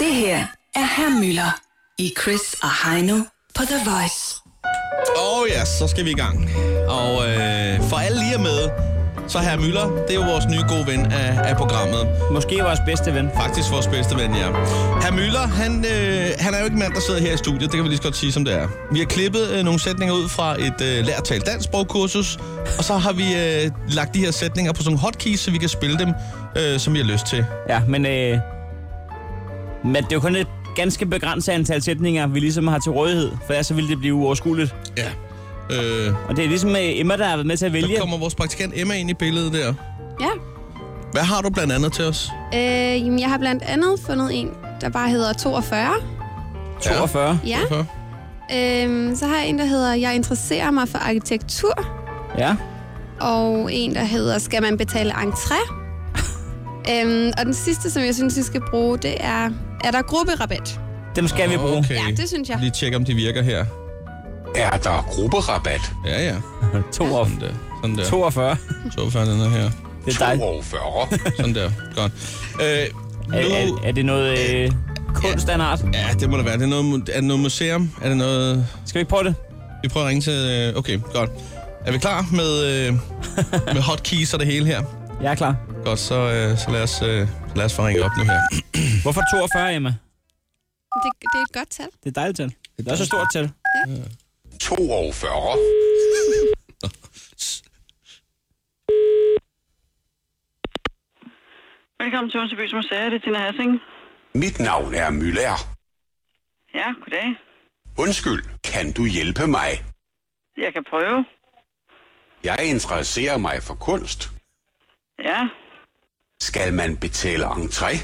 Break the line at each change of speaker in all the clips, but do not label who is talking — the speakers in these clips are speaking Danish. Det her er Herr Møller i Chris og Heino på The Voice.
Åh oh ja, så skal vi i gang. Og øh, for alle lige er med, så herr Møller, det er jo vores nye gode ven af, af programmet.
Måske vores bedste ven.
Faktisk vores bedste ven, ja. Herr Møller, han, øh, han er jo ikke en mand, der sidder her i studiet. Det kan vi lige så godt sige, som det er. Vi har klippet øh, nogle sætninger ud fra et øh, lærtal dansk sprogkursus, og så har vi øh, lagt de her sætninger på sådan nogle hotkeys, så vi kan spille dem, øh, som vi har lyst til.
Ja, men, øh, men det er jo kun et ganske begrænset antal sætninger, vi ligesom har til rådighed, for ellers så ville det blive uoverskueligt.
Ja. Øh,
Og det er ligesom øh, Emma, der har været med til at vælge.
der kommer vores praktikant Emma ind i billedet der.
Ja.
Hvad har du blandt andet til os?
Øh, jamen, jeg har blandt andet fundet en, der bare hedder 42.
42.
Ja.
Hvorfor?
Øhm, så har jeg en, der hedder Jeg interesserer mig for arkitektur.
Ja.
Og en, der hedder Skal man betale entré? øhm, og den sidste, som jeg synes, vi skal bruge, det er Er der grupperabat?
Dem skal vi bruge.
Okay.
Ja, det synes jeg.
Lige tjekke, om de virker her.
Er der grupperabat?
Ja, ja.
42.
Sådan der. Sådan der.
42.
Så færdig den her.
Det er dejligt.
42.
Sådan der. Godt. Øh,
Er,
nu,
er, er det noget øh, kunst af en art?
ja, det må det være. Det er, noget, er det noget museum? Er det noget...
Skal vi ikke prøve det?
Vi prøver at ringe til... øh, Okay, godt. Er vi klar med, øh, med hotkeys og det hele her?
Jeg er klar.
Godt, så, øh, så lad os, øh, så lad os få ringet op nu her.
Hvorfor 42, Emma?
Det, det er et godt tal.
Det er et dejligt tal. Det er også et stort tal.
42.
Velkommen til Onsebys Museer, det er Tina Hassing.
Mit navn er Møller.
Ja, goddag.
Undskyld, kan du hjælpe mig?
Jeg kan prøve.
Jeg interesserer mig for kunst.
Ja.
Skal man betale entré?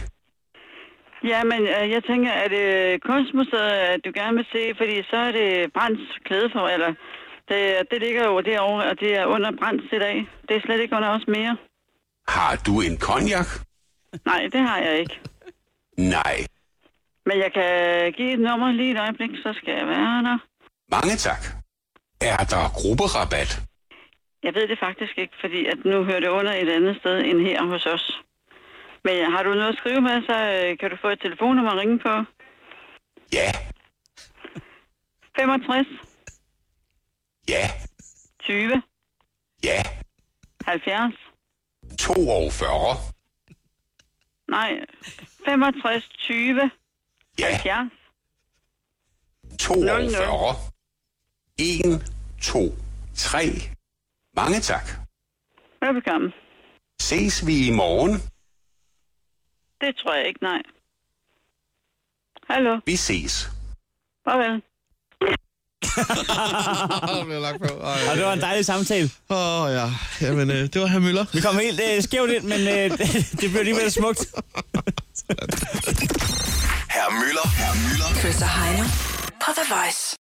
Ja, men øh, jeg tænker, at øh, kunstmuseet, at du gerne vil se, fordi så er det Brands klædefor, eller det, det ligger jo derovre, og det er under Brands i dag. Det er slet ikke under os mere.
Har du en konjak?
Nej, det har jeg ikke.
Nej.
Men jeg kan give et nummer lige et øjeblik, så skal jeg være der.
Mange tak. Er der grupperabat?
Jeg ved det faktisk ikke, fordi at nu hører det under et andet sted end her hos os. Men øh, har du noget at skrive med, så øh, kan du få et telefonnummer at ringe på.
Ja,
65
ja,
20
ja.
70
42.
Nej, 65, 20,
Ja,
70.
42. 1, 2, 3. Mange tak.
Velbekomme.
Ses vi i morgen?
Det tror jeg ikke, nej. Hallo,
Vi ses.
farvel.
Åh, det er Ah, lagt på. Ej.
Og det var en dejlig samtale.
Åh, ja. Jamen, øh, det var herr Møller.
Vi kom helt øh, skævt ind, men øh, det, det blev alligevel smukt.
Chris og Heino på The Voice.